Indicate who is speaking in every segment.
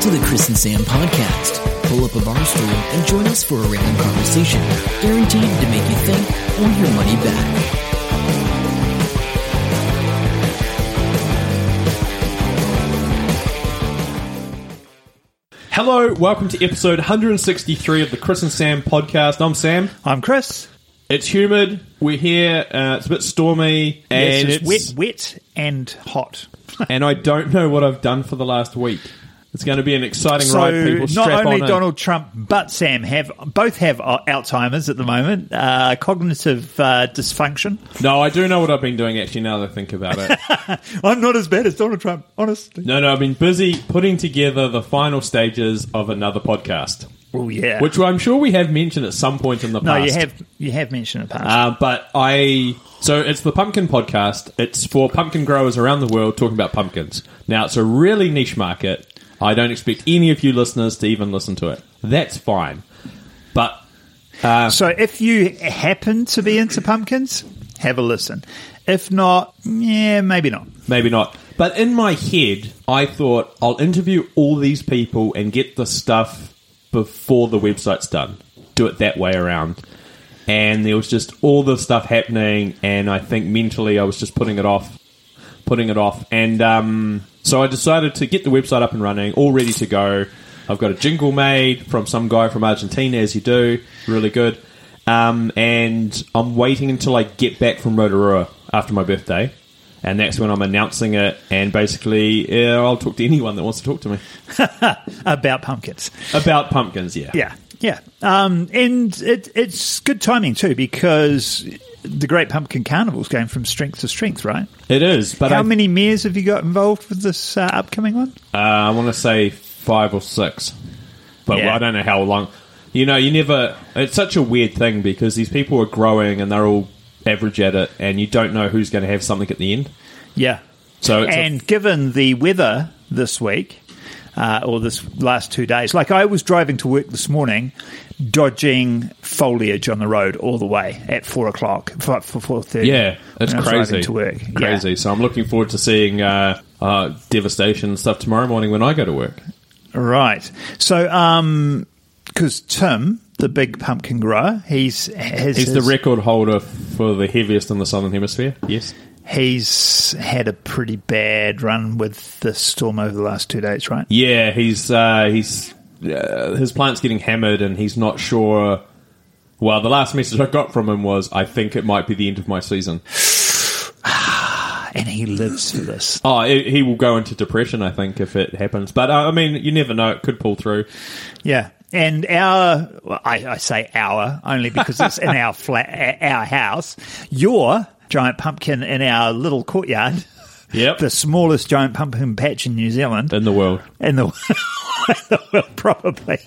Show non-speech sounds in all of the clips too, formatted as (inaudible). Speaker 1: to the Chris and Sam podcast. Pull up a bar stool and join us for a random conversation, guaranteed to make you think or your money back.
Speaker 2: Hello, welcome to episode 163 of the Chris and Sam podcast. I'm Sam.
Speaker 3: I'm Chris.
Speaker 2: It's humid. We're here. Uh, it's a bit stormy,
Speaker 3: Yes,
Speaker 2: and
Speaker 3: it's, wet, wet and hot.
Speaker 2: and I don't know what I've done for the last week. It's going to be an exciting ride.
Speaker 3: So
Speaker 2: People,
Speaker 3: not
Speaker 2: strap
Speaker 3: only
Speaker 2: on in.
Speaker 3: Donald Trump but Sam have both have uh, Alzheimer's at the moment, uh, cognitive uh, dysfunction.
Speaker 2: No, I do know what I've been doing actually. Now that I think about it,
Speaker 3: I'm not as bad as Donald Trump, honestly.
Speaker 2: no, no, I've been busy putting together the final stages of another podcast,
Speaker 3: Oh yeah.
Speaker 2: which I'm sure we have mentioned at some point in the
Speaker 3: no,
Speaker 2: past.
Speaker 3: you have you have mentioned it past.
Speaker 2: Uh, but I. So it's the Pumpkin Podcast. It's for pumpkin growers around the world talking about pumpkins. Now, it's a really niche market. I don't expect any of you listeners to even listen to it. That's fine. But Ah.
Speaker 3: so if you happen to be into pumpkins, have a listen. If not, yeah, maybe not.
Speaker 2: maybe not. But in my head, I thought I'll interview all these people and get the stuff before the website's done. Do it that way around. And there was just all the stuff happening, and I think mentally I was just putting it off, putting it off. And um, so I decided to get the website up and running, all ready to go. I've got a jingle made from some guy from Argentina, as you do, really good. Um, and I'm waiting until I get back from Rotorua after my birthday and that's when I'm announcing it. And basically, yeah, I'll talk to anyone that wants to talk to me
Speaker 3: About pumpkins.
Speaker 2: about pumpkins. Yeah,
Speaker 3: Yeah, yeah, um, and it, it's good timing too because the Great Pumpkin Carnival's going from strength to strength, right?
Speaker 2: it is. But
Speaker 3: How
Speaker 2: I,
Speaker 3: many mayors have you got involved with this uh, upcoming one?
Speaker 2: uh, I want to say five or six, but
Speaker 3: Yeah.
Speaker 2: I don't know how long. You know, you never. It's such a weird thing because these people are growing and they're all average at it, and you don't know who's going to have something at the end.
Speaker 3: Yeah,
Speaker 2: So it's a-
Speaker 3: and given the weather this week uh, or this last two days, like I was driving to work this morning, dodging foliage on the road all the way at four o'clock for four thirty.
Speaker 2: yeah, it's
Speaker 3: when I was driving
Speaker 2: crazy.
Speaker 3: to work. Yeah.
Speaker 2: Crazy. So I'm looking forward to seeing uh, uh, devastation and stuff tomorrow morning when I go to work.
Speaker 3: Right. So, um, because Tim, the big pumpkin grower, he's has,
Speaker 2: He's the
Speaker 3: has-
Speaker 2: record holder for the heaviest in the southern hemisphere. Yes.
Speaker 3: He's had a pretty bad run with the storm over the last two days, right?
Speaker 2: Yeah, he's uh, he's uh, his plant's getting hammered, and he's not sure. Well, the last message I got from him was, "I think it might be the end of my season."
Speaker 3: And he lives for this.
Speaker 2: Oh, he he will go into depression, I think, if it happens. But uh, I mean, you never know; it could pull through.
Speaker 3: Yeah. And our, well, I, I say our only because it's in our flat, our house. Your giant pumpkin in our little courtyard,
Speaker 2: Yep,
Speaker 3: the smallest giant pumpkin patch in New Zealand,
Speaker 2: in the world.
Speaker 3: in the, (laughs) in the world probably.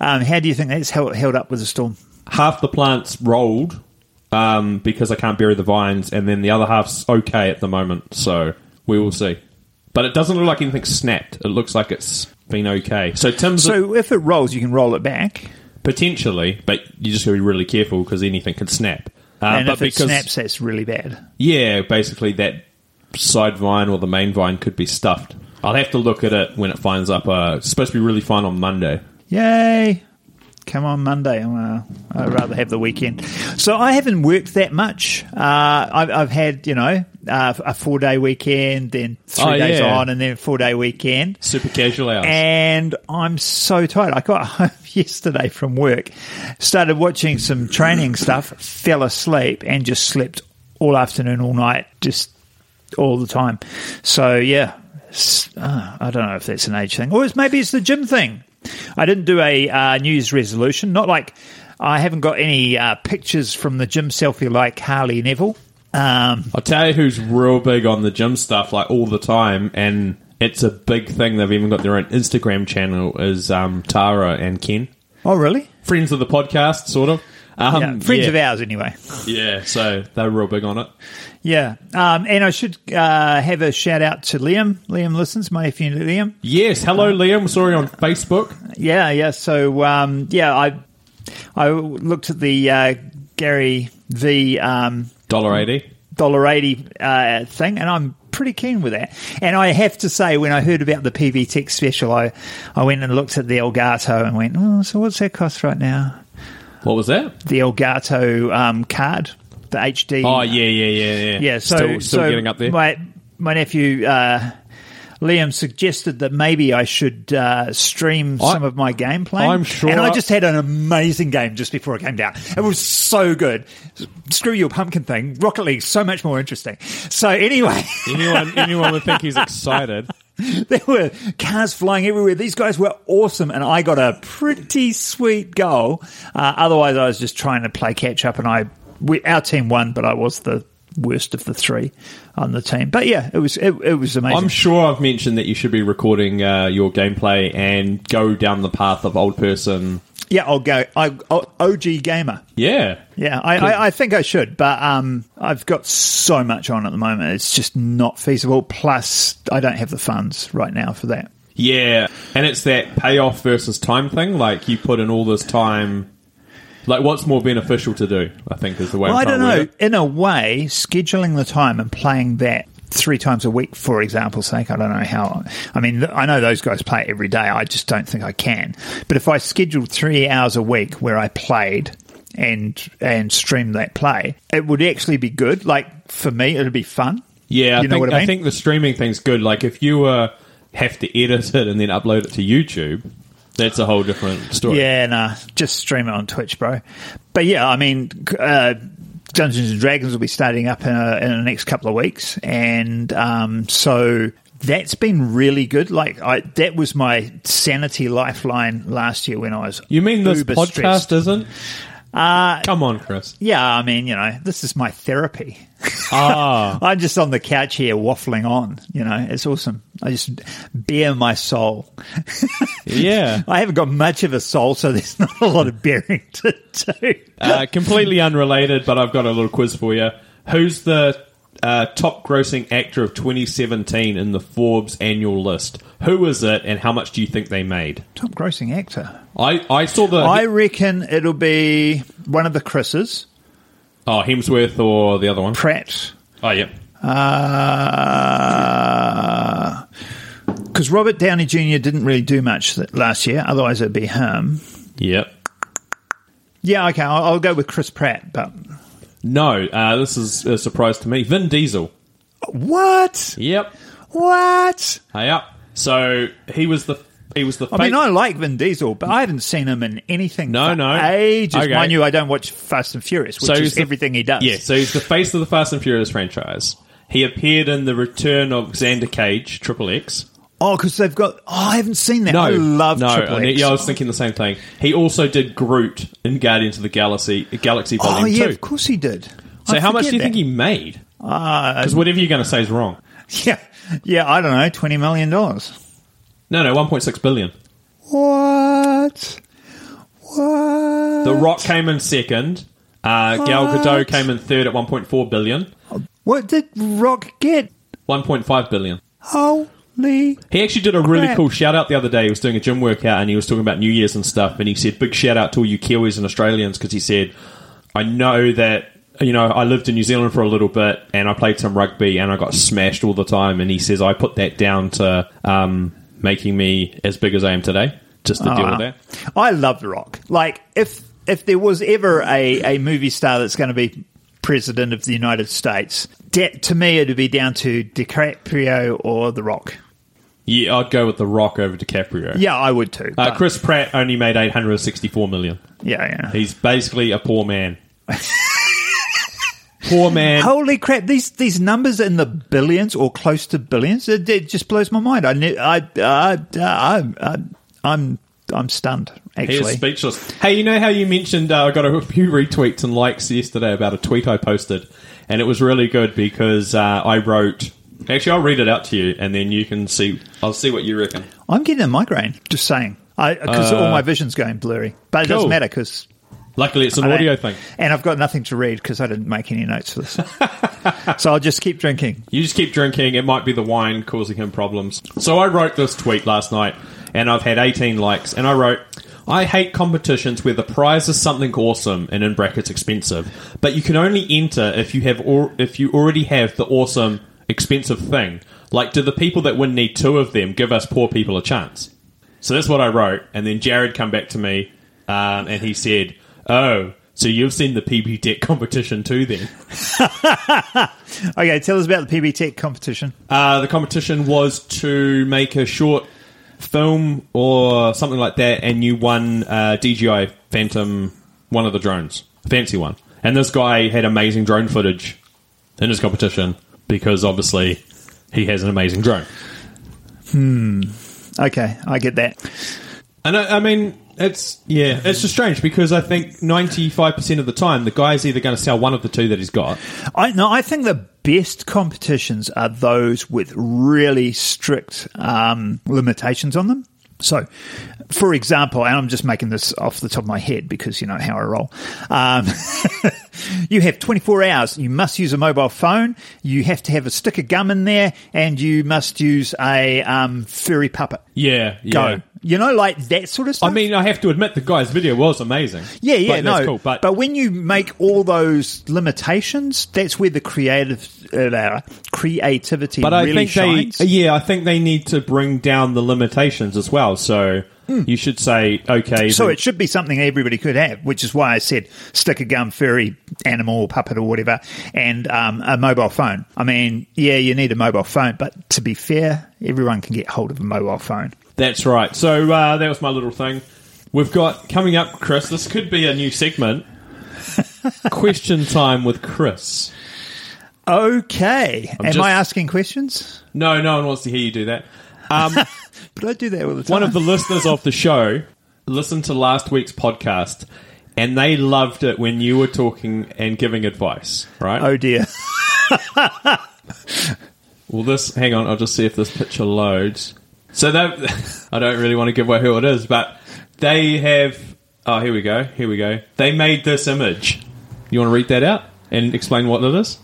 Speaker 3: Um, how do you think that's held, held up with the storm?
Speaker 2: half the plants rolled um, because I can't bury the vines, and then the other half's okay at the moment. So we will see. But it doesn't look like anything snapped. It looks like it's been okay. So Tim's
Speaker 3: So if it rolls, you can roll it back.
Speaker 2: potentially, but you just got to be really careful because anything can snap. Uh,
Speaker 3: And
Speaker 2: but
Speaker 3: if it
Speaker 2: because
Speaker 3: snaps, that's really bad.
Speaker 2: yeah, basically that side vine or the main vine could be stuffed. I'll have to look at it when it finds up. Uh, it's supposed to be really fine on Monday.
Speaker 3: Yay! Come on Monday. I'm, uh, I'd rather have the weekend. So I haven't worked that much. Uh, I've, I've had, you know, uh, a four day weekend, then three
Speaker 2: Oh,
Speaker 3: days
Speaker 2: yeah.
Speaker 3: on, and then a four day weekend.
Speaker 2: Super casual hours.
Speaker 3: Eh. And I'm so tired. I got (laughs) home yesterday from work, started watching some training stuff, fell asleep, and just slept all afternoon, all night, just all the time. So, yeah, S- uh, I don't know if that's an age thing, or it's, maybe it's the gym thing. I didn't do a uh, New Year's resolution, not like I haven't got any uh, pictures from the gym selfie like Harley Neville. Um,
Speaker 2: I'll tell you who's real big on the gym stuff, like all the time, and it's a big thing. They've even got their own Instagram channel. Is um, Tara and Ken
Speaker 3: oh, really?
Speaker 2: friends of the podcast, sort of. Um,
Speaker 3: yeah, friends
Speaker 2: yeah,
Speaker 3: of ours, anyway.
Speaker 2: Yeah, so they're real big on it.
Speaker 3: Yeah, um, and I should uh, have a shout out to Liam. Liam listens, my nephew Liam.
Speaker 2: Yes, hello Liam. Sorry on Facebook.
Speaker 3: Yeah, yeah. So um, yeah, I I looked at the uh, Gary V um,
Speaker 2: Dollar eighty.
Speaker 3: dollar eighty uh, thing, and I'm. pretty pretty keen with that. And I have to say, when I heard about the PV Tech special, I, I went and looked at the Elgato and went, oh, so what's that cost right now?
Speaker 2: What was that?
Speaker 3: The Elgato um, card, the HD.
Speaker 2: Oh yeah, yeah, yeah, yeah.
Speaker 3: Yeah, so,
Speaker 2: still, still
Speaker 3: so
Speaker 2: getting up there.
Speaker 3: My my nephew uh, Liam suggested that maybe I should uh, stream
Speaker 2: I-
Speaker 3: some of my gameplay.
Speaker 2: I'm sure
Speaker 3: and
Speaker 2: I-
Speaker 3: I just had an amazing game just before I came down. It was so good. S- Screw your pumpkin thing. Rocket League's so much more interesting. So anyway.
Speaker 2: (laughs)
Speaker 3: (laughs)
Speaker 2: anyone, anyone would think he's excited.
Speaker 3: There were cars flying everywhere. These guys were awesome, and I got a pretty sweet goal. Uh, otherwise, I was just trying to play catch up, and I we, our team won, but I was the worst of the three on the team. But yeah, it was it, it was
Speaker 2: (laughs)
Speaker 3: amazing.
Speaker 2: I'm sure I've mentioned that you should be recording uh, your gameplay and go down the path of old person.
Speaker 3: yeah, I'll go. I, I, OG gamer.
Speaker 2: Yeah,
Speaker 3: Yeah, I, I, I think I should, but um, I've got so much on at the moment; it's just not feasible. Plus, I don't have the funds right now for that.
Speaker 2: yeah, and it's that payoff versus time thing. Like you put in all this time. Like what's more beneficial to do? I think is the way.
Speaker 3: Well,
Speaker 2: I'm
Speaker 3: I
Speaker 2: trying
Speaker 3: don't
Speaker 2: to word
Speaker 3: know.
Speaker 2: it.
Speaker 3: In a way, scheduling the time and playing that three times a week, for example's sake, I don't know how. I mean, th- I know those guys play every day. I just don't think I can. But if I scheduled three hours a week where I played and and streamed that play, it would actually be good. Like for me, it'd be fun.
Speaker 2: Yeah, I,
Speaker 3: you
Speaker 2: think,
Speaker 3: know what I mean.
Speaker 2: think the streaming thing's good. Like if you uh, have to edit it and then upload it to YouTube, that's a whole different story.
Speaker 3: Yeah, nah, just stream it on Twitch, bro. But yeah, I mean, uh, Dungeons and Dragons will be starting up in, uh in the next couple of weeks, and um, so that's been really good. Like, I that was my sanity lifeline last year when I was.
Speaker 2: You mean this
Speaker 3: uber
Speaker 2: podcast
Speaker 3: stressed.
Speaker 2: isn't?
Speaker 3: Uh,
Speaker 2: Come on, Chris.
Speaker 3: Yeah, I mean, you know, this is my therapy.
Speaker 2: Ah,
Speaker 3: (laughs) I'm just on the couch here waffling on. You know, it's awesome. I just bare my soul.
Speaker 2: yeah.
Speaker 3: I haven't got much of a soul, so there's (laughs) not a lot of bearing to do. (laughs)
Speaker 2: Uh, completely unrelated, but I've got a little quiz for you. Who's the uh, top grossing actor of 2017 in the Forbes annual list? Who is it, and how much do you think they made?
Speaker 3: Top grossing actor.
Speaker 2: I, I saw the.
Speaker 3: I reckon it'll be one of the Chris's,
Speaker 2: oh, Hemsworth or the other one?
Speaker 3: Pratt,
Speaker 2: Oh, yeah.
Speaker 3: because Uh, Robert Downey Jr. didn't really do much th- last year. Otherwise, it'd be him.
Speaker 2: Yep.
Speaker 3: Yeah, okay, I'll, I'll go with Chris Pratt. But
Speaker 2: No, uh, this is a surprise to me. Vin Diesel.
Speaker 3: what?
Speaker 2: Yep.
Speaker 3: What?
Speaker 2: Hey up. So he was the he was the.
Speaker 3: I mean, I like Vin Diesel, but I haven't seen him in anything
Speaker 2: No,
Speaker 3: for
Speaker 2: no.
Speaker 3: ages.
Speaker 2: Okay.
Speaker 3: Mind you, I don't watch Fast and Furious, which
Speaker 2: he's
Speaker 3: is
Speaker 2: the-
Speaker 3: everything he does.
Speaker 2: Yeah, so he's the face of the Fast and Furious franchise. He appeared in the Return of Xander Cage, Triple X.
Speaker 3: Oh, because they've got. Oh, I haven't seen that. I love
Speaker 2: no,
Speaker 3: Triple
Speaker 2: and
Speaker 3: X.
Speaker 2: yeah, I was thinking the same thing. He also did Groot in Guardians of the Galaxy, Galaxy Volume
Speaker 3: oh, yeah,
Speaker 2: Two.
Speaker 3: of course he did.
Speaker 2: So
Speaker 3: I
Speaker 2: how much
Speaker 3: forget
Speaker 2: do you
Speaker 3: that.
Speaker 2: think he Uh, made?
Speaker 3: (laughs)
Speaker 2: Because whatever you're going to say is wrong.
Speaker 3: Yeah, yeah. I don't know. Twenty million dollars.
Speaker 2: No, no, 1.6 billion.
Speaker 3: What? What?
Speaker 2: The Rock came in second. Uh, Gal Gadot
Speaker 3: What?
Speaker 2: came in third at 1.4 billion.
Speaker 3: What did Rock get?
Speaker 2: 1.5 billion.
Speaker 3: Holy!
Speaker 2: He actually did a really
Speaker 3: Crap.
Speaker 2: cool shout out the other day. He was doing a gym workout and he was talking about New Year's and stuff. And he said, Big shout out to all you Kiwis and Australians because he said, I know that, you know, I lived in New Zealand for a little bit and I played some rugby and I got smashed all the time. And he says, I put that down to um, making me as big as I am today just to deal with that.
Speaker 3: I love The Rock. Like if if there was ever a a movie star that's going to be president of the United States, de- to me it'd be down to DiCaprio or The Rock.
Speaker 2: Yeah, I'd go with The Rock over DiCaprio.
Speaker 3: Yeah, I would too.
Speaker 2: Uh,
Speaker 3: but-
Speaker 2: Chris Pratt only made 864 million.
Speaker 3: yeah, yeah.
Speaker 2: He's basically a poor man. poor man.
Speaker 3: Holy crap! These these numbers in the billions or close to billions, it, it just blows my mind. I knew, I, I, I, I I'm I'm stunned.
Speaker 2: He is
Speaker 3: Actually,
Speaker 2: speechless. Hey, you know how you mentioned uh, I got a (laughs) few retweets and likes yesterday about a tweet I posted, and it was really good because uh, I wrote. Actually, I'll read it out to you, and then you can see. I'll see what you reckon.
Speaker 3: I'm getting a migraine. Just saying, because all my vision's going blurry. But it
Speaker 2: Uh, cool.
Speaker 3: doesn't matter because
Speaker 2: Luckily, it's an audio thing.
Speaker 3: and I've got nothing to read because I didn't make any notes for this.
Speaker 2: (laughs)
Speaker 3: so I'll just keep drinking.
Speaker 2: You just keep drinking. It might be the wine causing him problems. So I wrote this tweet last night, and I've had 18 likes. And I wrote, I hate competitions where the prize is something awesome and in brackets expensive, but you can only enter if you have or if you already have the awesome expensive thing. Like, do the people that win need two of them give us poor people a chance? So that's what I wrote, and then Jared come back to me, um, and he said, "Oh, so you've seen the PB Deck (laughs) competition too, then?"
Speaker 3: Okay, tell us about the PB Tech competition.
Speaker 2: Uh, the competition was to make a short film or something like that, and you won uh, DJI Phantom, one of the drones, fancy one. And this guy had amazing drone footage in his competition because obviously he has an amazing drone.
Speaker 3: Okay, I get that.
Speaker 2: And I, I mean, it's yeah, it's just strange because I think ninety five percent of the time the guy's either going to sell one of the two that he's got.
Speaker 3: I no, I think the best competitions are those with really strict um, limitations on them. So, for example, and I'm just making this off the top of my head because you know how I roll. Um, (laughs) you have 24 hours. You must use a mobile phone. You have to have a stick of gum in there, and you must use a um, furry puppet.
Speaker 2: Yeah, yeah.
Speaker 3: Go. You know, like that sort of
Speaker 2: I
Speaker 3: stuff.
Speaker 2: mean, I have to admit the guy's video was amazing.
Speaker 3: Yeah, yeah,
Speaker 2: but
Speaker 3: no.
Speaker 2: that's cool. But,
Speaker 3: when you make all those limitations, that's where the creative uh, creativity
Speaker 2: but I
Speaker 3: really
Speaker 2: think
Speaker 3: shines.
Speaker 2: they uh, yeah, I think they need to bring down the limitations as well. So you should say okay.
Speaker 3: Hmm. so
Speaker 2: the-
Speaker 3: it should be something everybody could have, which is why I said stick a gum, furry animal, or puppet, or whatever, and um, a mobile phone. I mean, yeah, you need a mobile phone, but to be fair, everyone can get hold of a mobile phone.
Speaker 2: That's right. So uh, that was my little thing. We've got coming up, Chris. This could be a new
Speaker 3: (laughs)
Speaker 2: segment. Question time with Chris.
Speaker 3: Okay, am
Speaker 2: just-
Speaker 3: I asking questions?
Speaker 2: No, no one wants to hear you do that.
Speaker 3: But I do that all the time.
Speaker 2: One of the listeners of the show listened to last week's podcast, and they loved it when you were talking and giving advice. Right?
Speaker 3: oh dear. (laughs)
Speaker 2: Well, this. Hang on, I'll just see if this picture loads. So that (laughs) I don't really want to give away who it is, but they have. Oh, here we go. Here we go. They made this image. You want to read that out and explain what it is?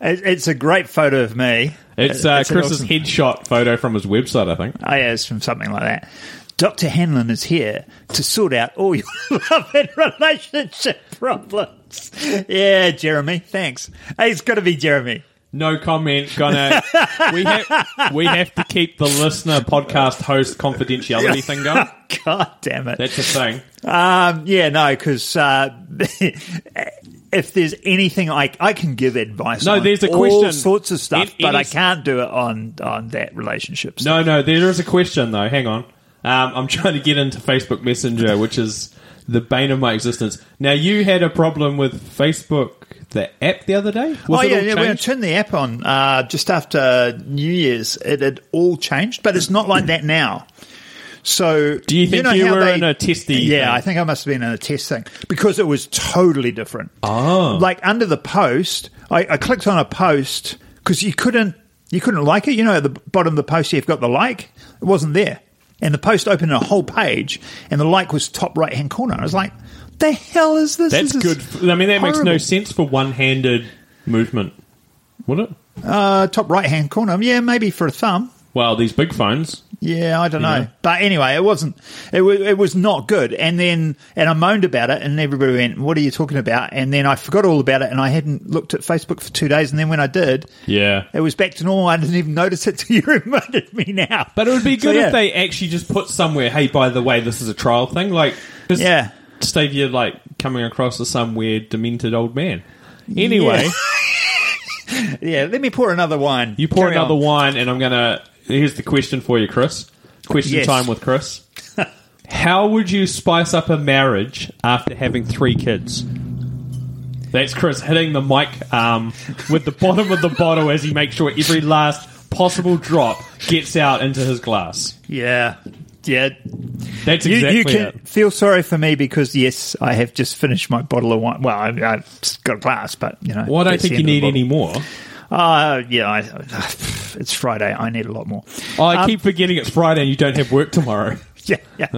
Speaker 3: It- It's a great photo of me.
Speaker 2: It's, uh,
Speaker 3: an
Speaker 2: Chris's
Speaker 3: awesome-
Speaker 2: headshot photo from his website, I think.
Speaker 3: Oh, yeah, it's from something like that. Dr. Hanlon is here to sort out all your (laughs) love and relationship problems. Yeah, Jeremy, thanks. Hey, it's got to be Jeremy.
Speaker 2: No comment.
Speaker 3: (laughs)
Speaker 2: Gonna we have we have to keep the listener podcast host confidentiality thing going.
Speaker 3: God damn it.
Speaker 2: That's a thing.
Speaker 3: Um, yeah, no, because uh, (laughs) if there's anything I, I can give advice
Speaker 2: No,
Speaker 3: on
Speaker 2: there's a
Speaker 3: all
Speaker 2: question.
Speaker 3: sorts of stuff,
Speaker 2: It- it
Speaker 3: but I
Speaker 2: is-
Speaker 3: can't do it on, on that relationship stuff.
Speaker 2: No, no. There is a question though. Hang on. Um, I'm trying to get into Facebook Messenger, which is the bane of my existence. Now you had a problem with Facebook, the app, the other day. Was
Speaker 3: oh
Speaker 2: it
Speaker 3: yeah,
Speaker 2: all
Speaker 3: yeah. When I
Speaker 2: changed?
Speaker 3: turned the app on uh, just after New Year's, it had all changed, but it's not like that now. So,
Speaker 2: Do you think
Speaker 3: know
Speaker 2: you
Speaker 3: how
Speaker 2: were
Speaker 3: they-
Speaker 2: in a testy
Speaker 3: Yeah,
Speaker 2: thing?
Speaker 3: I think I must have been in a test thing because it was totally different.
Speaker 2: Oh.
Speaker 3: like under the post, I, I clicked on a post because you couldn't you couldn't like it. You know, at the bottom of the post, you've got the like. It wasn't there, and the post opened a whole page, and the like was top right hand corner. I was like, "The hell is this?"
Speaker 2: That's
Speaker 3: This is
Speaker 2: good. f- I mean, that makes no
Speaker 3: horrible.
Speaker 2: sense for one-handed movement, would it?
Speaker 3: Uh, top right hand corner. Yeah, maybe for a thumb.
Speaker 2: Well, these big phones.
Speaker 3: Yeah, I don't know. But anyway, it wasn't. It was. It was not good. And then, and I moaned about it, and everybody went, "What are you talking about?" And then I forgot all about it, and I hadn't looked at Facebook for two days. And then when I did,
Speaker 2: Yeah.
Speaker 3: it was back to normal. I didn't even notice it till you (laughs) reminded me now.
Speaker 2: But it would be
Speaker 3: So,
Speaker 2: good
Speaker 3: yeah.
Speaker 2: if they actually just put somewhere, hey, by the way, this is a trial thing. Like, just
Speaker 3: Yeah.
Speaker 2: save you, like, coming across as some weird, demented old man. Anyway,
Speaker 3: Yeah, let me pour another wine.
Speaker 2: you pour
Speaker 3: Carry
Speaker 2: another
Speaker 3: on.
Speaker 2: wine, and I'm going to. Here's the question for you, Chris. Question
Speaker 3: Yes.
Speaker 2: time with
Speaker 3: (laughs)
Speaker 2: Chris. How would you spice up a marriage after having three kids? That's Chris hitting the mic um, with the bottom of the bottle as he makes sure every last possible drop gets out into his glass.
Speaker 3: Yeah, yeah.
Speaker 2: That's
Speaker 3: You,
Speaker 2: exactly
Speaker 3: you can
Speaker 2: it.
Speaker 3: feel sorry for me because yes, I have just finished my bottle of wine. Well, I, I've got a glass, but you know,
Speaker 2: Well, I don't
Speaker 3: that's the
Speaker 2: think you
Speaker 3: end of the
Speaker 2: need
Speaker 3: bottle.
Speaker 2: any more.
Speaker 3: Uh, yeah, I, (sighs) it's Friday. I need a lot more. (laughs)
Speaker 2: Oh, I keep forgetting it's Friday and you don't have work tomorrow.
Speaker 3: Yeah, yeah.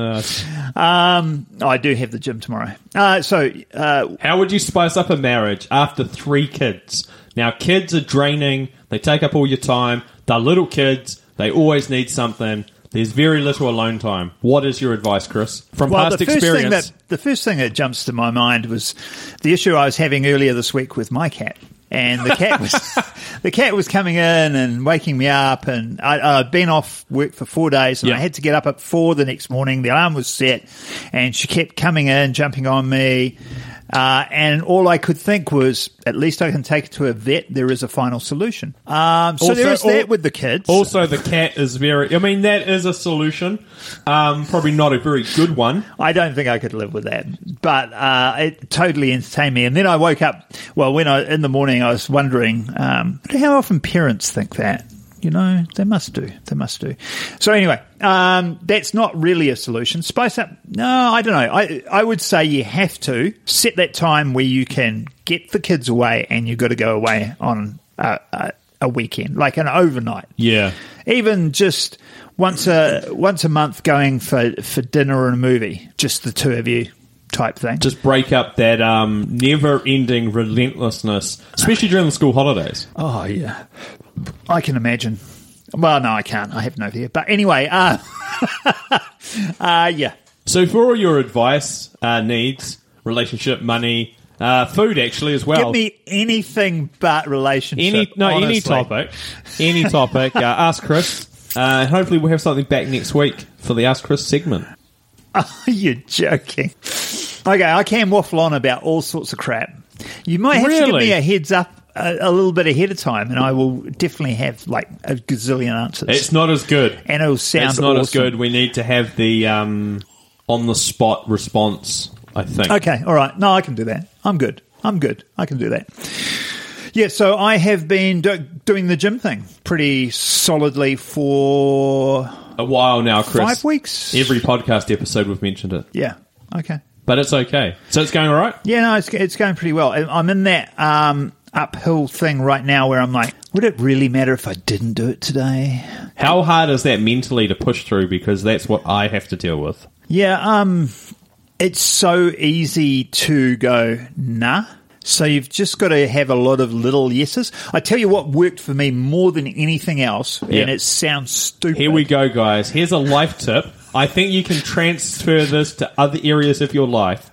Speaker 2: Uh.
Speaker 3: um, I do have the gym tomorrow. Uh, so, uh,
Speaker 2: How would you spice up a marriage after three kids? Now, kids are draining. They take up all your time. They're little kids. They always need something. There's very little alone time. What is your advice, Chris? From
Speaker 3: well,
Speaker 2: past
Speaker 3: the first thing
Speaker 2: experience.
Speaker 3: that the first thing that jumps to my mind was the issue I was having earlier this week with my cat. and the
Speaker 2: (laughs)
Speaker 3: cat was the cat was coming in and waking me up, and I, I'd been off work for four days, and
Speaker 2: Yeah.
Speaker 3: I had to get up at four the next morning. The alarm was set, and she kept coming in, jumping on me. Uh, and all I could think was, at least I can take it to a vet. There is a final solution. Um, so
Speaker 2: Also-
Speaker 3: there is that
Speaker 2: al-
Speaker 3: with the kids.
Speaker 2: Also, the cat is very. I mean, that is a solution. Um, probably not a very good one.
Speaker 3: I don't think I could live with that, but uh, it totally entertained me. And then I woke up. Well, when I in the morning, I was wondering um, how often parents think that. You know, they must do. They must do. So anyway, um, that's not really a solution. Spice up? No, I don't know. I I would say you have to set that time where you can get the kids away, and you've got to go away on a, a, a weekend, like an overnight
Speaker 2: Yeah.
Speaker 3: even just once a once a month going for for dinner and a movie just the two of you type thing
Speaker 2: Just break up that um, never-ending relentlessness, especially during the school holidays.
Speaker 3: oh yeah i can imagine well no i can't i have no fear but anyway uh (laughs) uh yeah
Speaker 2: So, for all your advice uh, needs, relationship, money, uh, food, actually as well.
Speaker 3: give me anything but relationship
Speaker 2: any no any
Speaker 3: honestly. (laughs)
Speaker 2: topic, any topic. Uh, ask Chris. Uh, hopefully, we'll have something back next week for the Ask Chris segment.
Speaker 3: Oh, You're joking. Okay, I can waffle on about all sorts of crap. You might have to give
Speaker 2: Really?
Speaker 3: me a heads up a, a little bit ahead of time, and I will definitely have like a gazillion answers.
Speaker 2: It's not as good.
Speaker 3: and it'll sound
Speaker 2: it's not as
Speaker 3: awesome.
Speaker 2: good. We need to have the um, on the spot response. I think.
Speaker 3: Okay, all right. No, I can do that. I'm good. I'm good. I can do that. Yeah, so I have been do- doing the gym thing pretty solidly for
Speaker 2: A while now, Chris.
Speaker 3: five weeks.
Speaker 2: Every podcast episode we've mentioned it,
Speaker 3: yeah. Okay.
Speaker 2: but it's okay. So it's going all right.
Speaker 3: Yeah, no, it's, it's going pretty well. I- I'm in that um, uphill thing right now where I'm like, would it really matter if I didn't do it today?
Speaker 2: How hard is that mentally to push through? Because that's what I have to deal with.
Speaker 3: Yeah, um, it's so easy to go nah. So you've just got to have a lot of little yeses. I tell you what worked for me more than anything else,
Speaker 2: Yeah.
Speaker 3: and it sounds stupid.
Speaker 2: Here we go, guys. Here's a life tip. I think you can transfer this to other areas of your life.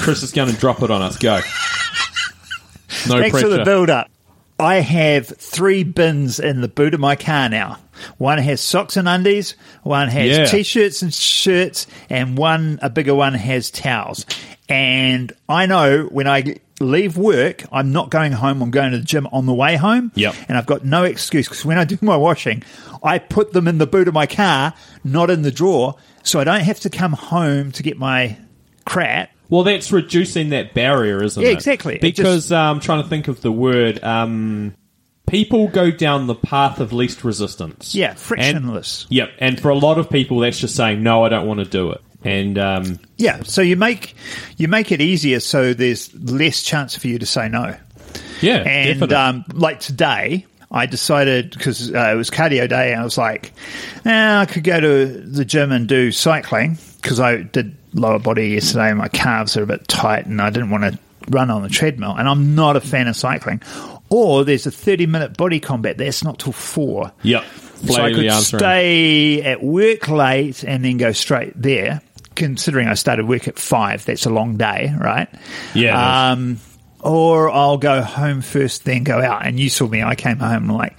Speaker 2: Chris is going to drop it on us. Go. No
Speaker 3: Thanks
Speaker 2: pressure.
Speaker 3: for the build up. I have three bins in the boot of my car now. One has socks and undies, one has
Speaker 2: Yeah.
Speaker 3: t-shirts and shirts, and one a bigger one has towels. And I know when I leave work, I'm not going home. I'm going to the gym on the way home.
Speaker 2: Yep.
Speaker 3: And I've got no excuse because when I do my washing, I put them in the boot of my car, not in the drawer, so I don't have to come home to get my crap.
Speaker 2: well, that's reducing that barrier, isn't
Speaker 3: Yeah,
Speaker 2: it?
Speaker 3: exactly. It
Speaker 2: Because um, I'm trying to think of the word. Um, people go down the path of least resistance.
Speaker 3: Yeah,
Speaker 2: And,
Speaker 3: frictionless.
Speaker 2: yep. And for a lot of people, that's just saying, no, I don't want to do it. And um,
Speaker 3: Yeah, so you make you make it easier, so there's less chance for you to say no.
Speaker 2: yeah,
Speaker 3: And
Speaker 2: definitely.
Speaker 3: um, like today, I decided because uh, it was cardio day, and I was like, eh, I could go to the gym and do cycling because I did lower body yesterday. and My calves are a bit tight, and I didn't want to run on the treadmill. And I'm not a fan of cycling. Or there's a 30 minute body combat. That's not till four.
Speaker 2: yep.
Speaker 3: So I
Speaker 2: Flail the
Speaker 3: could
Speaker 2: answer in.
Speaker 3: stay at work late and then go straight there. Considering I started work at five, that's a long day, right?
Speaker 2: Yeah,
Speaker 3: Um, or I'll go home first, then go out. And you saw me; I came home like,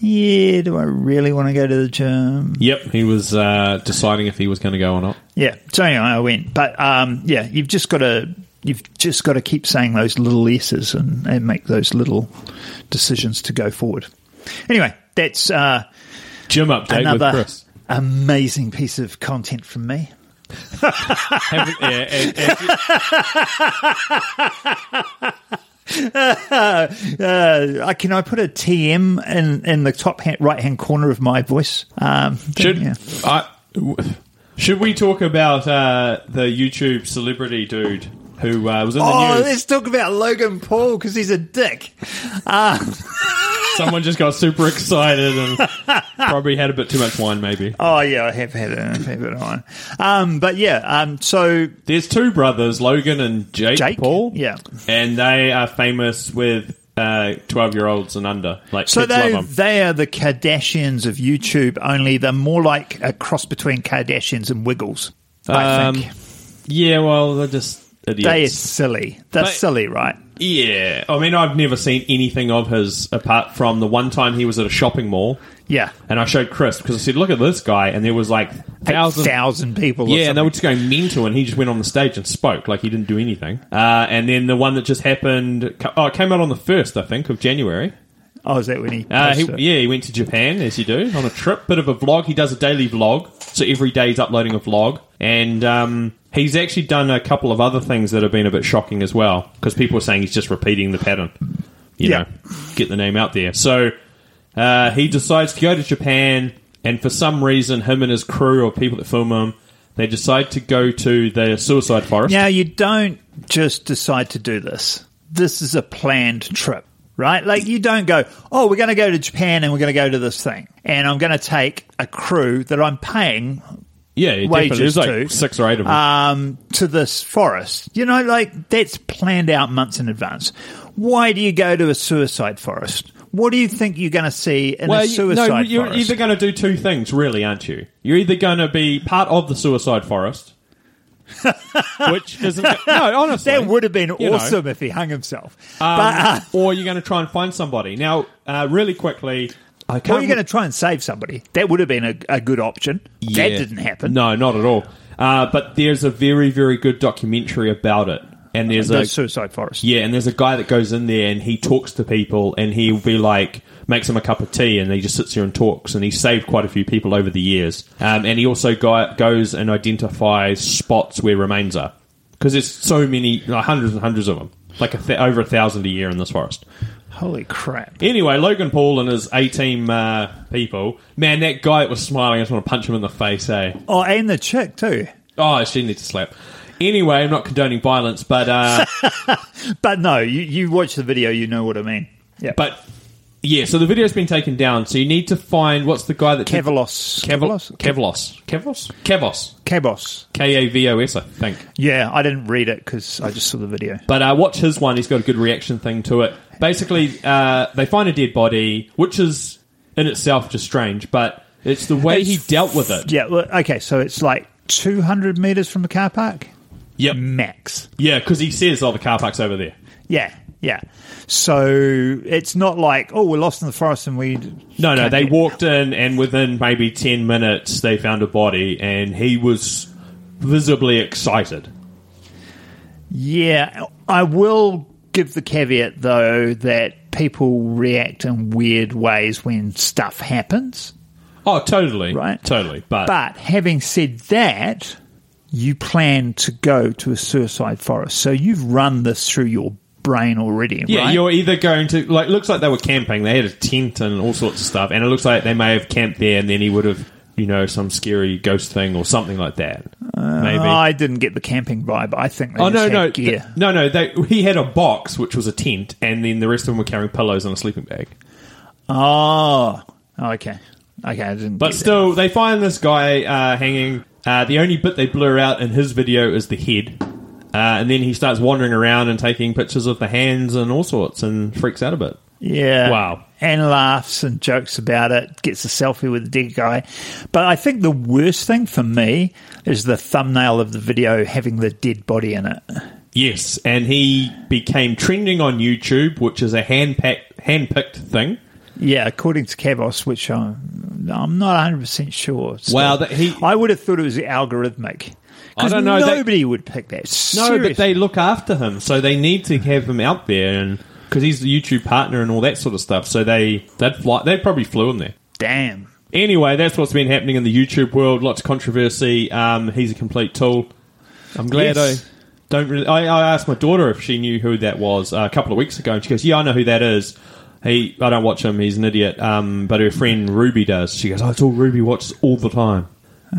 Speaker 3: yeah. Do I really want to go to the gym?
Speaker 2: Yep, he was uh, deciding if he was going to go or not.
Speaker 3: Yeah. So anyway, I went. But um, yeah, you've just got to you've just got to keep saying those little yeses and, and make those little decisions to go forward. Anyway, that's. Uh,
Speaker 2: Gym update with
Speaker 3: another
Speaker 2: Chris.
Speaker 3: amazing piece of content from me.
Speaker 2: Have- yeah, and- and-
Speaker 3: Uh, I- can I put a TM in, in the top hand, right hand corner of my voice? Um,
Speaker 2: should
Speaker 3: yeah.
Speaker 2: I- w- should we talk about uh, the YouTube celebrity dude who uh, was in the
Speaker 3: Oh,
Speaker 2: news?
Speaker 3: let's talk about Logan Paul because he's a dick.
Speaker 2: Someone just got super excited and
Speaker 3: (laughs)
Speaker 2: probably had a bit too much wine. Maybe
Speaker 3: Oh yeah, I have had it. I have had it on. Um, but yeah, um, so
Speaker 2: there's two brothers, Logan and Jake,
Speaker 3: Jake,
Speaker 2: Paul.
Speaker 3: yeah.
Speaker 2: and they are famous with twelve year olds and under. Like
Speaker 3: so
Speaker 2: kids
Speaker 3: they
Speaker 2: love them.
Speaker 3: they are the Kardashians of YouTube. Only they're more like a cross between Kardashians and Wiggles. I
Speaker 2: Um,
Speaker 3: think.
Speaker 2: Yeah, well, they're just
Speaker 3: They are
Speaker 2: idiots.
Speaker 3: silly. They're
Speaker 2: But-
Speaker 3: silly, right?
Speaker 2: Yeah, I mean, I've never seen anything of his apart from the one time he was at a shopping mall,
Speaker 3: Yeah.
Speaker 2: and I showed Chris because I said, "Look at this guy," and there was like thousands.
Speaker 3: 8,000 people. or
Speaker 2: Yeah, and they
Speaker 3: something.
Speaker 2: were just going mental, and he just went on the stage and spoke like he didn't do anything. Uh, and then the one that just happened, oh, it came out on the first, I think, of January.
Speaker 3: Oh, is that when he.
Speaker 2: Uh, he,
Speaker 3: posted it?
Speaker 2: yeah, he went to Japan as you do on a trip. Bit of a vlog. He does a daily vlog, so every day he's uploading a vlog. And um, he's actually done a couple of other things that have been a bit shocking as well, because people are saying he's just repeating the pattern. You
Speaker 3: Yeah.
Speaker 2: know, get the name out there. So uh, he decides to go to Japan, and for some reason, him and his crew or people that film him, they decide to go to the suicide forest.
Speaker 3: Now, you don't just decide to do this. This is a planned trip, right? Like, you don't go, oh, we're going to go to Japan and we're going to go to this thing. And I'm going to take a crew that I'm paying
Speaker 2: yeah, definitely.
Speaker 3: wages
Speaker 2: There's like
Speaker 3: too.
Speaker 2: six or eight of them.
Speaker 3: um, to this forest. You know, like, that's planned out months in advance. Why do you go to a suicide forest? What do you think you're going to see in a
Speaker 2: you-
Speaker 3: suicide
Speaker 2: no, you're
Speaker 3: forest?
Speaker 2: either going to do two things, really, aren't you? You're either going to be part of the suicide
Speaker 3: (laughs)
Speaker 2: forest, which isn't no, honestly,
Speaker 3: (laughs) that would have been
Speaker 2: you know.
Speaker 3: awesome if he hung himself.
Speaker 2: Um,
Speaker 3: but (laughs) uh,
Speaker 2: or you're going to try and find somebody. Now, uh, really quickly, I
Speaker 3: were
Speaker 2: can't.
Speaker 3: you going to try and save somebody? That would have been a, a good option.
Speaker 2: Yeah.
Speaker 3: That didn't happen.
Speaker 2: No, not at all. Uh, but there's a very, very good documentary about it, and there's
Speaker 3: the
Speaker 2: a
Speaker 3: suicide forest.
Speaker 2: Yeah, and there's a guy that goes in there and he talks to people and he'll be like, makes him a cup of tea and he just sits there and talks and he saved quite a few people over the years. Um, and he also go, goes and identifies spots where remains are because there's so many, like, hundreds and hundreds of them, like a th- over a thousand a year in this forest.
Speaker 3: Holy crap!
Speaker 2: Anyway, Logan Paul and his A team uh, people, man, that guy that was smiling, I just want to punch him in the face, eh?
Speaker 3: Oh, and the chick too.
Speaker 2: Oh, she needs to slap. Anyway, I'm not condoning violence, but. Uh,
Speaker 3: But no, you, you watch the video, you know what I mean. Yeah,
Speaker 2: But yeah, so the video's been taken down. So you need to find what's the guy that
Speaker 3: Cavalos,
Speaker 2: Cavlos Cavlos Cavlos Cavos
Speaker 3: Cabos.
Speaker 2: K A V O S I think.
Speaker 3: Yeah, I didn't read it because I just saw the video.
Speaker 2: But uh, watch his one. He's got a good reaction thing to it. Basically, uh, they find a dead body, which is in itself just strange, but it's the way he
Speaker 3: It's-
Speaker 2: dealt with it.
Speaker 3: Yeah, well, okay, so it's like 200 meters from the car park
Speaker 2: Yep.
Speaker 3: max.
Speaker 2: Yeah, because he says, "Oh, the car park's over there."
Speaker 3: Yeah, yeah. So it's not like oh, we're lost in the forest and we
Speaker 2: No, no,
Speaker 3: can't
Speaker 2: they
Speaker 3: get-
Speaker 2: walked in, and within maybe 10 minutes, they found a body, and he was visibly excited.
Speaker 3: Yeah, I will give the caveat though that people react in weird ways when stuff happens.
Speaker 2: Oh, totally.
Speaker 3: Right.
Speaker 2: Totally.
Speaker 3: But having said that, you plan to go to a suicide forest, so you've run this through your brain already.
Speaker 2: Yeah,
Speaker 3: right?
Speaker 2: you're either going to like. Looks like they were camping. They had a tent and all sorts of stuff, and it looks like they may have camped there, and then he would have, you know, some scary ghost thing or something like that. Maybe.
Speaker 3: Uh, I didn't get the camping vibe. I think. They
Speaker 2: oh no,
Speaker 3: just
Speaker 2: no,
Speaker 3: had gear.
Speaker 2: th- no, no. They, he had a box which was a tent, and then the rest of them were carrying pillows and a sleeping bag.
Speaker 3: oh, okay, okay. I didn't.
Speaker 2: But
Speaker 3: get that.
Speaker 2: still, they find this guy uh, hanging. Uh, the only bit they blur out in his video is the head. Uh, and then he starts wandering around and taking pictures of the hands and all sorts and freaks out a bit.
Speaker 3: Yeah.
Speaker 2: Wow.
Speaker 3: And laughs and jokes about it, gets a selfie with the dead guy. But I think the worst thing for me is the thumbnail of the video having the dead body in it.
Speaker 2: Yes, and he became trending on YouTube, which is a hand hand-picked thing.
Speaker 3: Yeah, according to Kavos, which I'm, I'm not 100% sure. So
Speaker 2: Well, that- he-
Speaker 3: I would have thought it was algorithmic.
Speaker 2: I
Speaker 3: 'Cause
Speaker 2: don't know, they-
Speaker 3: Nobody would pick that.
Speaker 2: No,
Speaker 3: Seriously.
Speaker 2: but they look after him, so they need to have him out there, and because he's the YouTube partner and all that sort of stuff, so they that fly they probably flew him there.
Speaker 3: Damn.
Speaker 2: Anyway, that's what's been happening in the YouTube world. Lots of controversy. Um, he's a complete tool. I'm glad
Speaker 3: Yes.
Speaker 2: I don't really. I, I asked my daughter if she knew who that was uh, a couple of weeks ago, and she goes, "Yeah, I know who that is." He, I don't watch him. He's an idiot. Um, but her friend Ruby does. She goes, "Oh, it's all Ruby watches all the time."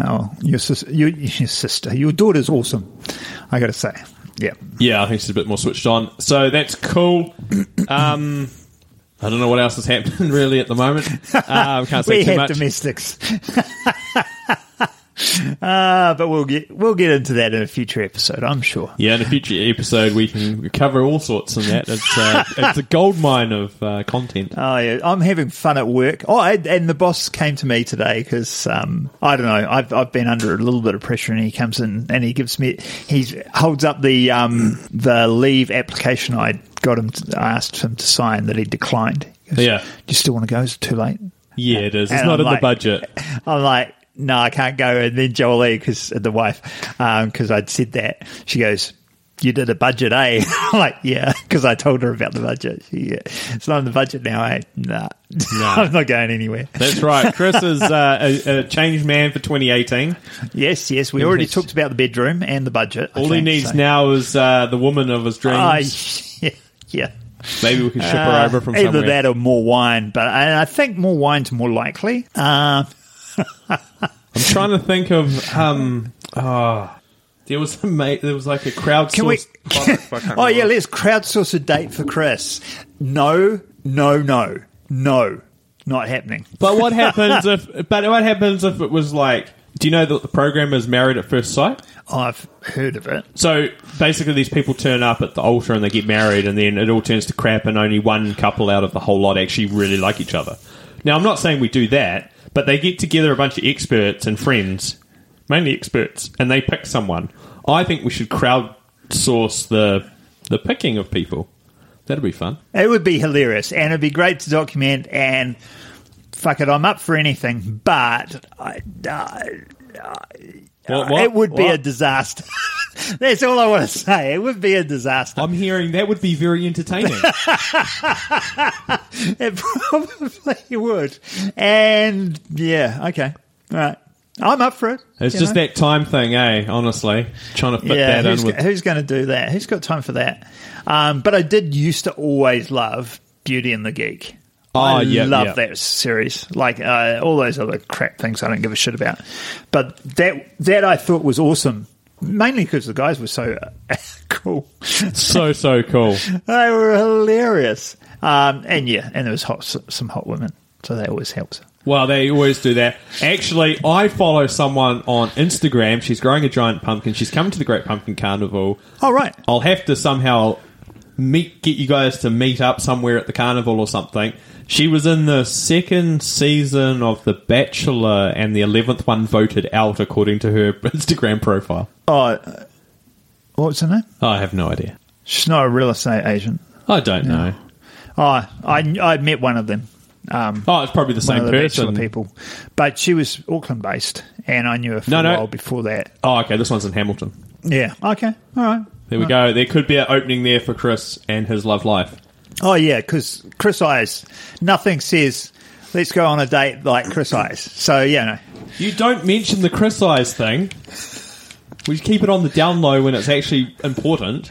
Speaker 3: Oh, your, sis- your, your sister. Your daughter's awesome. I got to say. Yeah.
Speaker 2: Yeah, I think she's a bit more switched on. So that's cool. Um, I don't know what else is (laughs) Um,
Speaker 3: (laughs)
Speaker 2: happening really at the moment. Uh, I can't say
Speaker 3: We
Speaker 2: too
Speaker 3: had
Speaker 2: much.
Speaker 3: domestics. Uh, but we'll get we'll get into that in a future episode, I'm sure.
Speaker 2: Yeah, in a future episode, we can cover all sorts in that. It's,
Speaker 3: (laughs)
Speaker 2: uh, it's a gold mine of uh, content.
Speaker 3: Oh yeah, I'm having fun at work. Oh, and, and the boss came to me today because um, I don't know. I've I've been under a little bit of pressure, and he comes in and he gives me he holds up the um, the leave application I got him. To, I asked him to sign that he declined. He goes,
Speaker 2: Yeah.
Speaker 3: do you still want to go? Is it too late?
Speaker 2: Yeah, it is. It's
Speaker 3: And
Speaker 2: not
Speaker 3: I'm
Speaker 2: in
Speaker 3: like-
Speaker 2: the budget.
Speaker 3: I'm like, no, I can't go. And then Jolie, because the wife, because I'd said that, she goes, you did a budget, eh? (laughs) I'm like, yeah, because I told her about the budget. She, yeah, it's not in the budget now, eh? Nah, (laughs) I'm not going anywhere.
Speaker 2: That's right. Chris is uh, a, a changed man for 2018.
Speaker 3: Yes, yes, we already
Speaker 2: Yes.
Speaker 3: talked about the bedroom and the budget. I
Speaker 2: All he
Speaker 3: think,
Speaker 2: needs
Speaker 3: so-
Speaker 2: now is uh, the woman of his dreams.
Speaker 3: Ah, (laughs) yeah, yeah.
Speaker 2: Maybe we can ship
Speaker 3: Uh,
Speaker 2: her over from
Speaker 3: either
Speaker 2: somewhere.
Speaker 3: that or more wine, but I, I think more wine's more likely. Uh,
Speaker 2: I'm trying to think of. Um, ah, there was a mate. There was like a crowdsourced.
Speaker 3: Can we?
Speaker 2: product, I can't
Speaker 3: (laughs) oh yeah,
Speaker 2: remember.
Speaker 3: let's crowdsource a date for Chris. No, no, no, no, not happening.
Speaker 2: But what happens if? But what happens if it was like? Do you know that the program is married at first sight?
Speaker 3: I've heard of it.
Speaker 2: So basically, these people turn up at the altar and they get married, and then it all turns to crap, and only one couple out of the whole lot actually really like each other. Now, I'm not saying we do that, but they get together a bunch of experts and friends, mainly experts, and they pick someone. I think we should crowdsource the the picking of people. That'd be fun.
Speaker 3: It would be hilarious, and it'd be great to document. And fuck it, I'm up for anything, but I, I-
Speaker 2: What- what-
Speaker 3: it would be a
Speaker 2: what?
Speaker 3: disaster. (laughs) That's all I want to say. It would be a disaster.
Speaker 2: I'm hearing that would be very entertaining.
Speaker 3: It (laughs) probably would. And yeah, okay, all right. I'm up for it.
Speaker 2: (laughs) It's
Speaker 3: you
Speaker 2: just
Speaker 3: know?
Speaker 2: that time thing, eh? Honestly, trying to fit that in
Speaker 3: who's,
Speaker 2: with
Speaker 3: who's going to do that? Who's got time for that? Um, but I did used to always love Beauty and the Geek.
Speaker 2: Oh,
Speaker 3: I
Speaker 2: yeah,
Speaker 3: love
Speaker 2: yeah.
Speaker 3: that series. Like uh, all those other crap things, I don't give a shit about. But that that I thought was awesome, mainly because the guys were so uh, (laughs) cool.
Speaker 2: so so
Speaker 3: (laughs)
Speaker 2: cool.
Speaker 3: they were hilarious, um, and yeah, and there was hot, some hot women, so that always helps.
Speaker 2: Well, they always do that. Actually, I follow someone on Instagram. She's growing a giant pumpkin. She's coming to the Great Pumpkin Carnival.
Speaker 3: All right.
Speaker 2: I'll have to somehow meet get you guys to meet up somewhere at the carnival or something. She was in the second season of The Bachelor and the eleventh one voted out according to her (laughs) Instagram profile.
Speaker 3: Oh, uh, what's her name?
Speaker 2: I have no idea.
Speaker 3: She's not a real estate agent.
Speaker 2: I don't know.
Speaker 3: Oh, I I met one of them. Um,
Speaker 2: Oh, it's probably the
Speaker 3: one
Speaker 2: same
Speaker 3: of the Bachelor
Speaker 2: person.
Speaker 3: people. But she was Auckland based, and I knew her for
Speaker 2: No,
Speaker 3: a
Speaker 2: no.
Speaker 3: while before that.
Speaker 2: Oh, okay. This one's in Hamilton.
Speaker 3: Yeah. Okay. All right.
Speaker 2: There we go. There could be an opening there for Chris and his love life.
Speaker 3: Oh yeah, because Chris Eyes, nothing says let's go on a date like Chris Eyes. So yeah, no.
Speaker 2: You don't mention the Chris eyes thing. We keep it on the down low when it's actually important.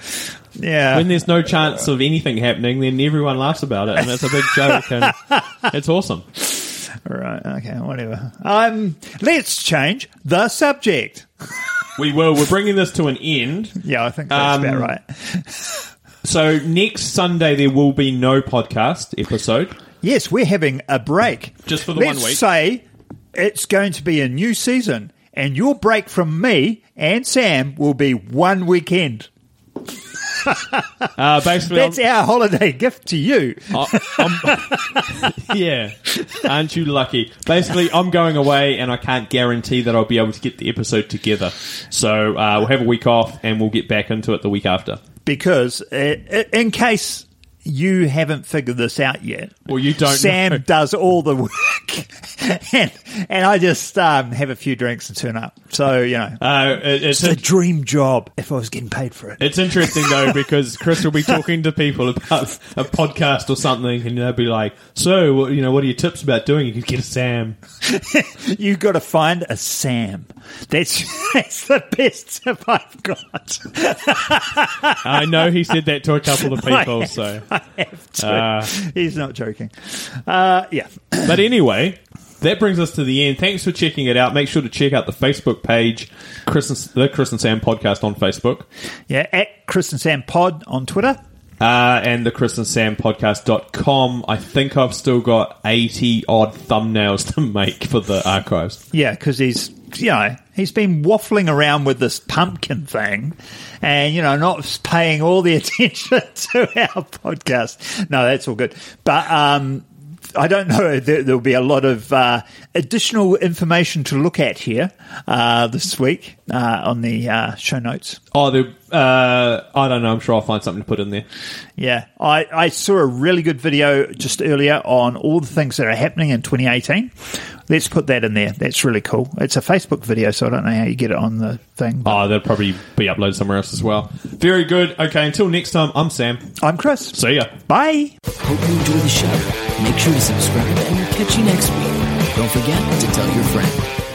Speaker 3: yeah.
Speaker 2: When there's no chance of anything happening, then everyone laughs about it, and it's a big joke, and it's awesome.
Speaker 3: All right. Okay. Whatever. Um, let's change the subject.
Speaker 2: We will. We're bringing this to an end.
Speaker 3: Yeah, I think that's
Speaker 2: Um,
Speaker 3: about right.
Speaker 2: So next Sunday there will be no podcast episode.
Speaker 3: Yes, we're having a break.
Speaker 2: Just for the
Speaker 3: Let's
Speaker 2: one week.
Speaker 3: say it's going to be a new season, and your break from me and Sam will be one weekend.
Speaker 2: Uh, basically,
Speaker 3: That's our holiday (laughs) gift to you.
Speaker 2: I- I'm- yeah, aren't you lucky? Basically, I'm going away, and I can't guarantee that I'll be able to get the episode together. So uh, we'll have a week off, and we'll get back into it the week after.
Speaker 3: Because uh, i- in case you haven't figured this out yet,
Speaker 2: Well, you don't
Speaker 3: Sam
Speaker 2: know.
Speaker 3: does all the (laughs) work, and, and I just um, have a few drinks and turn up. So you know,
Speaker 2: Uh, it, it's
Speaker 3: it's a dream job if I was getting paid for it.
Speaker 2: it's interesting though because Chris will be talking to people about a podcast or something, and they'll be like, "So, what- you know, what are your tips about doing? You could get a Sam."
Speaker 3: You've got to find a Sam. That's (laughs) that's the best tip I've got. (laughs)
Speaker 2: I know he said that to a couple of
Speaker 3: I
Speaker 2: people.
Speaker 3: have-
Speaker 2: So,
Speaker 3: I have to.
Speaker 2: Ah.
Speaker 3: He's not joking. Uh, yeah.
Speaker 2: but anyway. That brings us to the end. Thanks for checking it out. Make sure to check out the Facebook page, Chris and, the Chris and Sam podcast on Facebook,
Speaker 3: Yeah, at Chris and Sam Pod on Twitter.
Speaker 2: uh, and the Chris and Sam podcast.com. I (laughs) think I've still got 80 odd thumbnails to make for the archives.
Speaker 3: Yeah, because he's you know, he's been waffling around with this pumpkin thing and, you know, not paying all the (laughs) attention to our podcast. No, that's all good. But, um, I don't know. There, there'll be a lot of uh, additional information to look at here uh, this week uh, on the uh, show notes.
Speaker 2: Oh, the uh, I don't know. I'm sure I'll find something to put in there.
Speaker 3: Yeah, I, I saw a really good video just earlier on all the things that are happening in 2018. Let's put that in there. That's really cool. It's a Facebook video, so I don't know how you get it on the thing. but-
Speaker 2: Oh, they'll probably be uploaded somewhere else as well. Very good. Okay, until next time, I'm Sam.
Speaker 3: I'm Chris.
Speaker 2: See ya.
Speaker 3: Bye.
Speaker 1: Hope you enjoy the show. Make sure to subscribe and we'll catch you next week. Don't forget to tell your friend.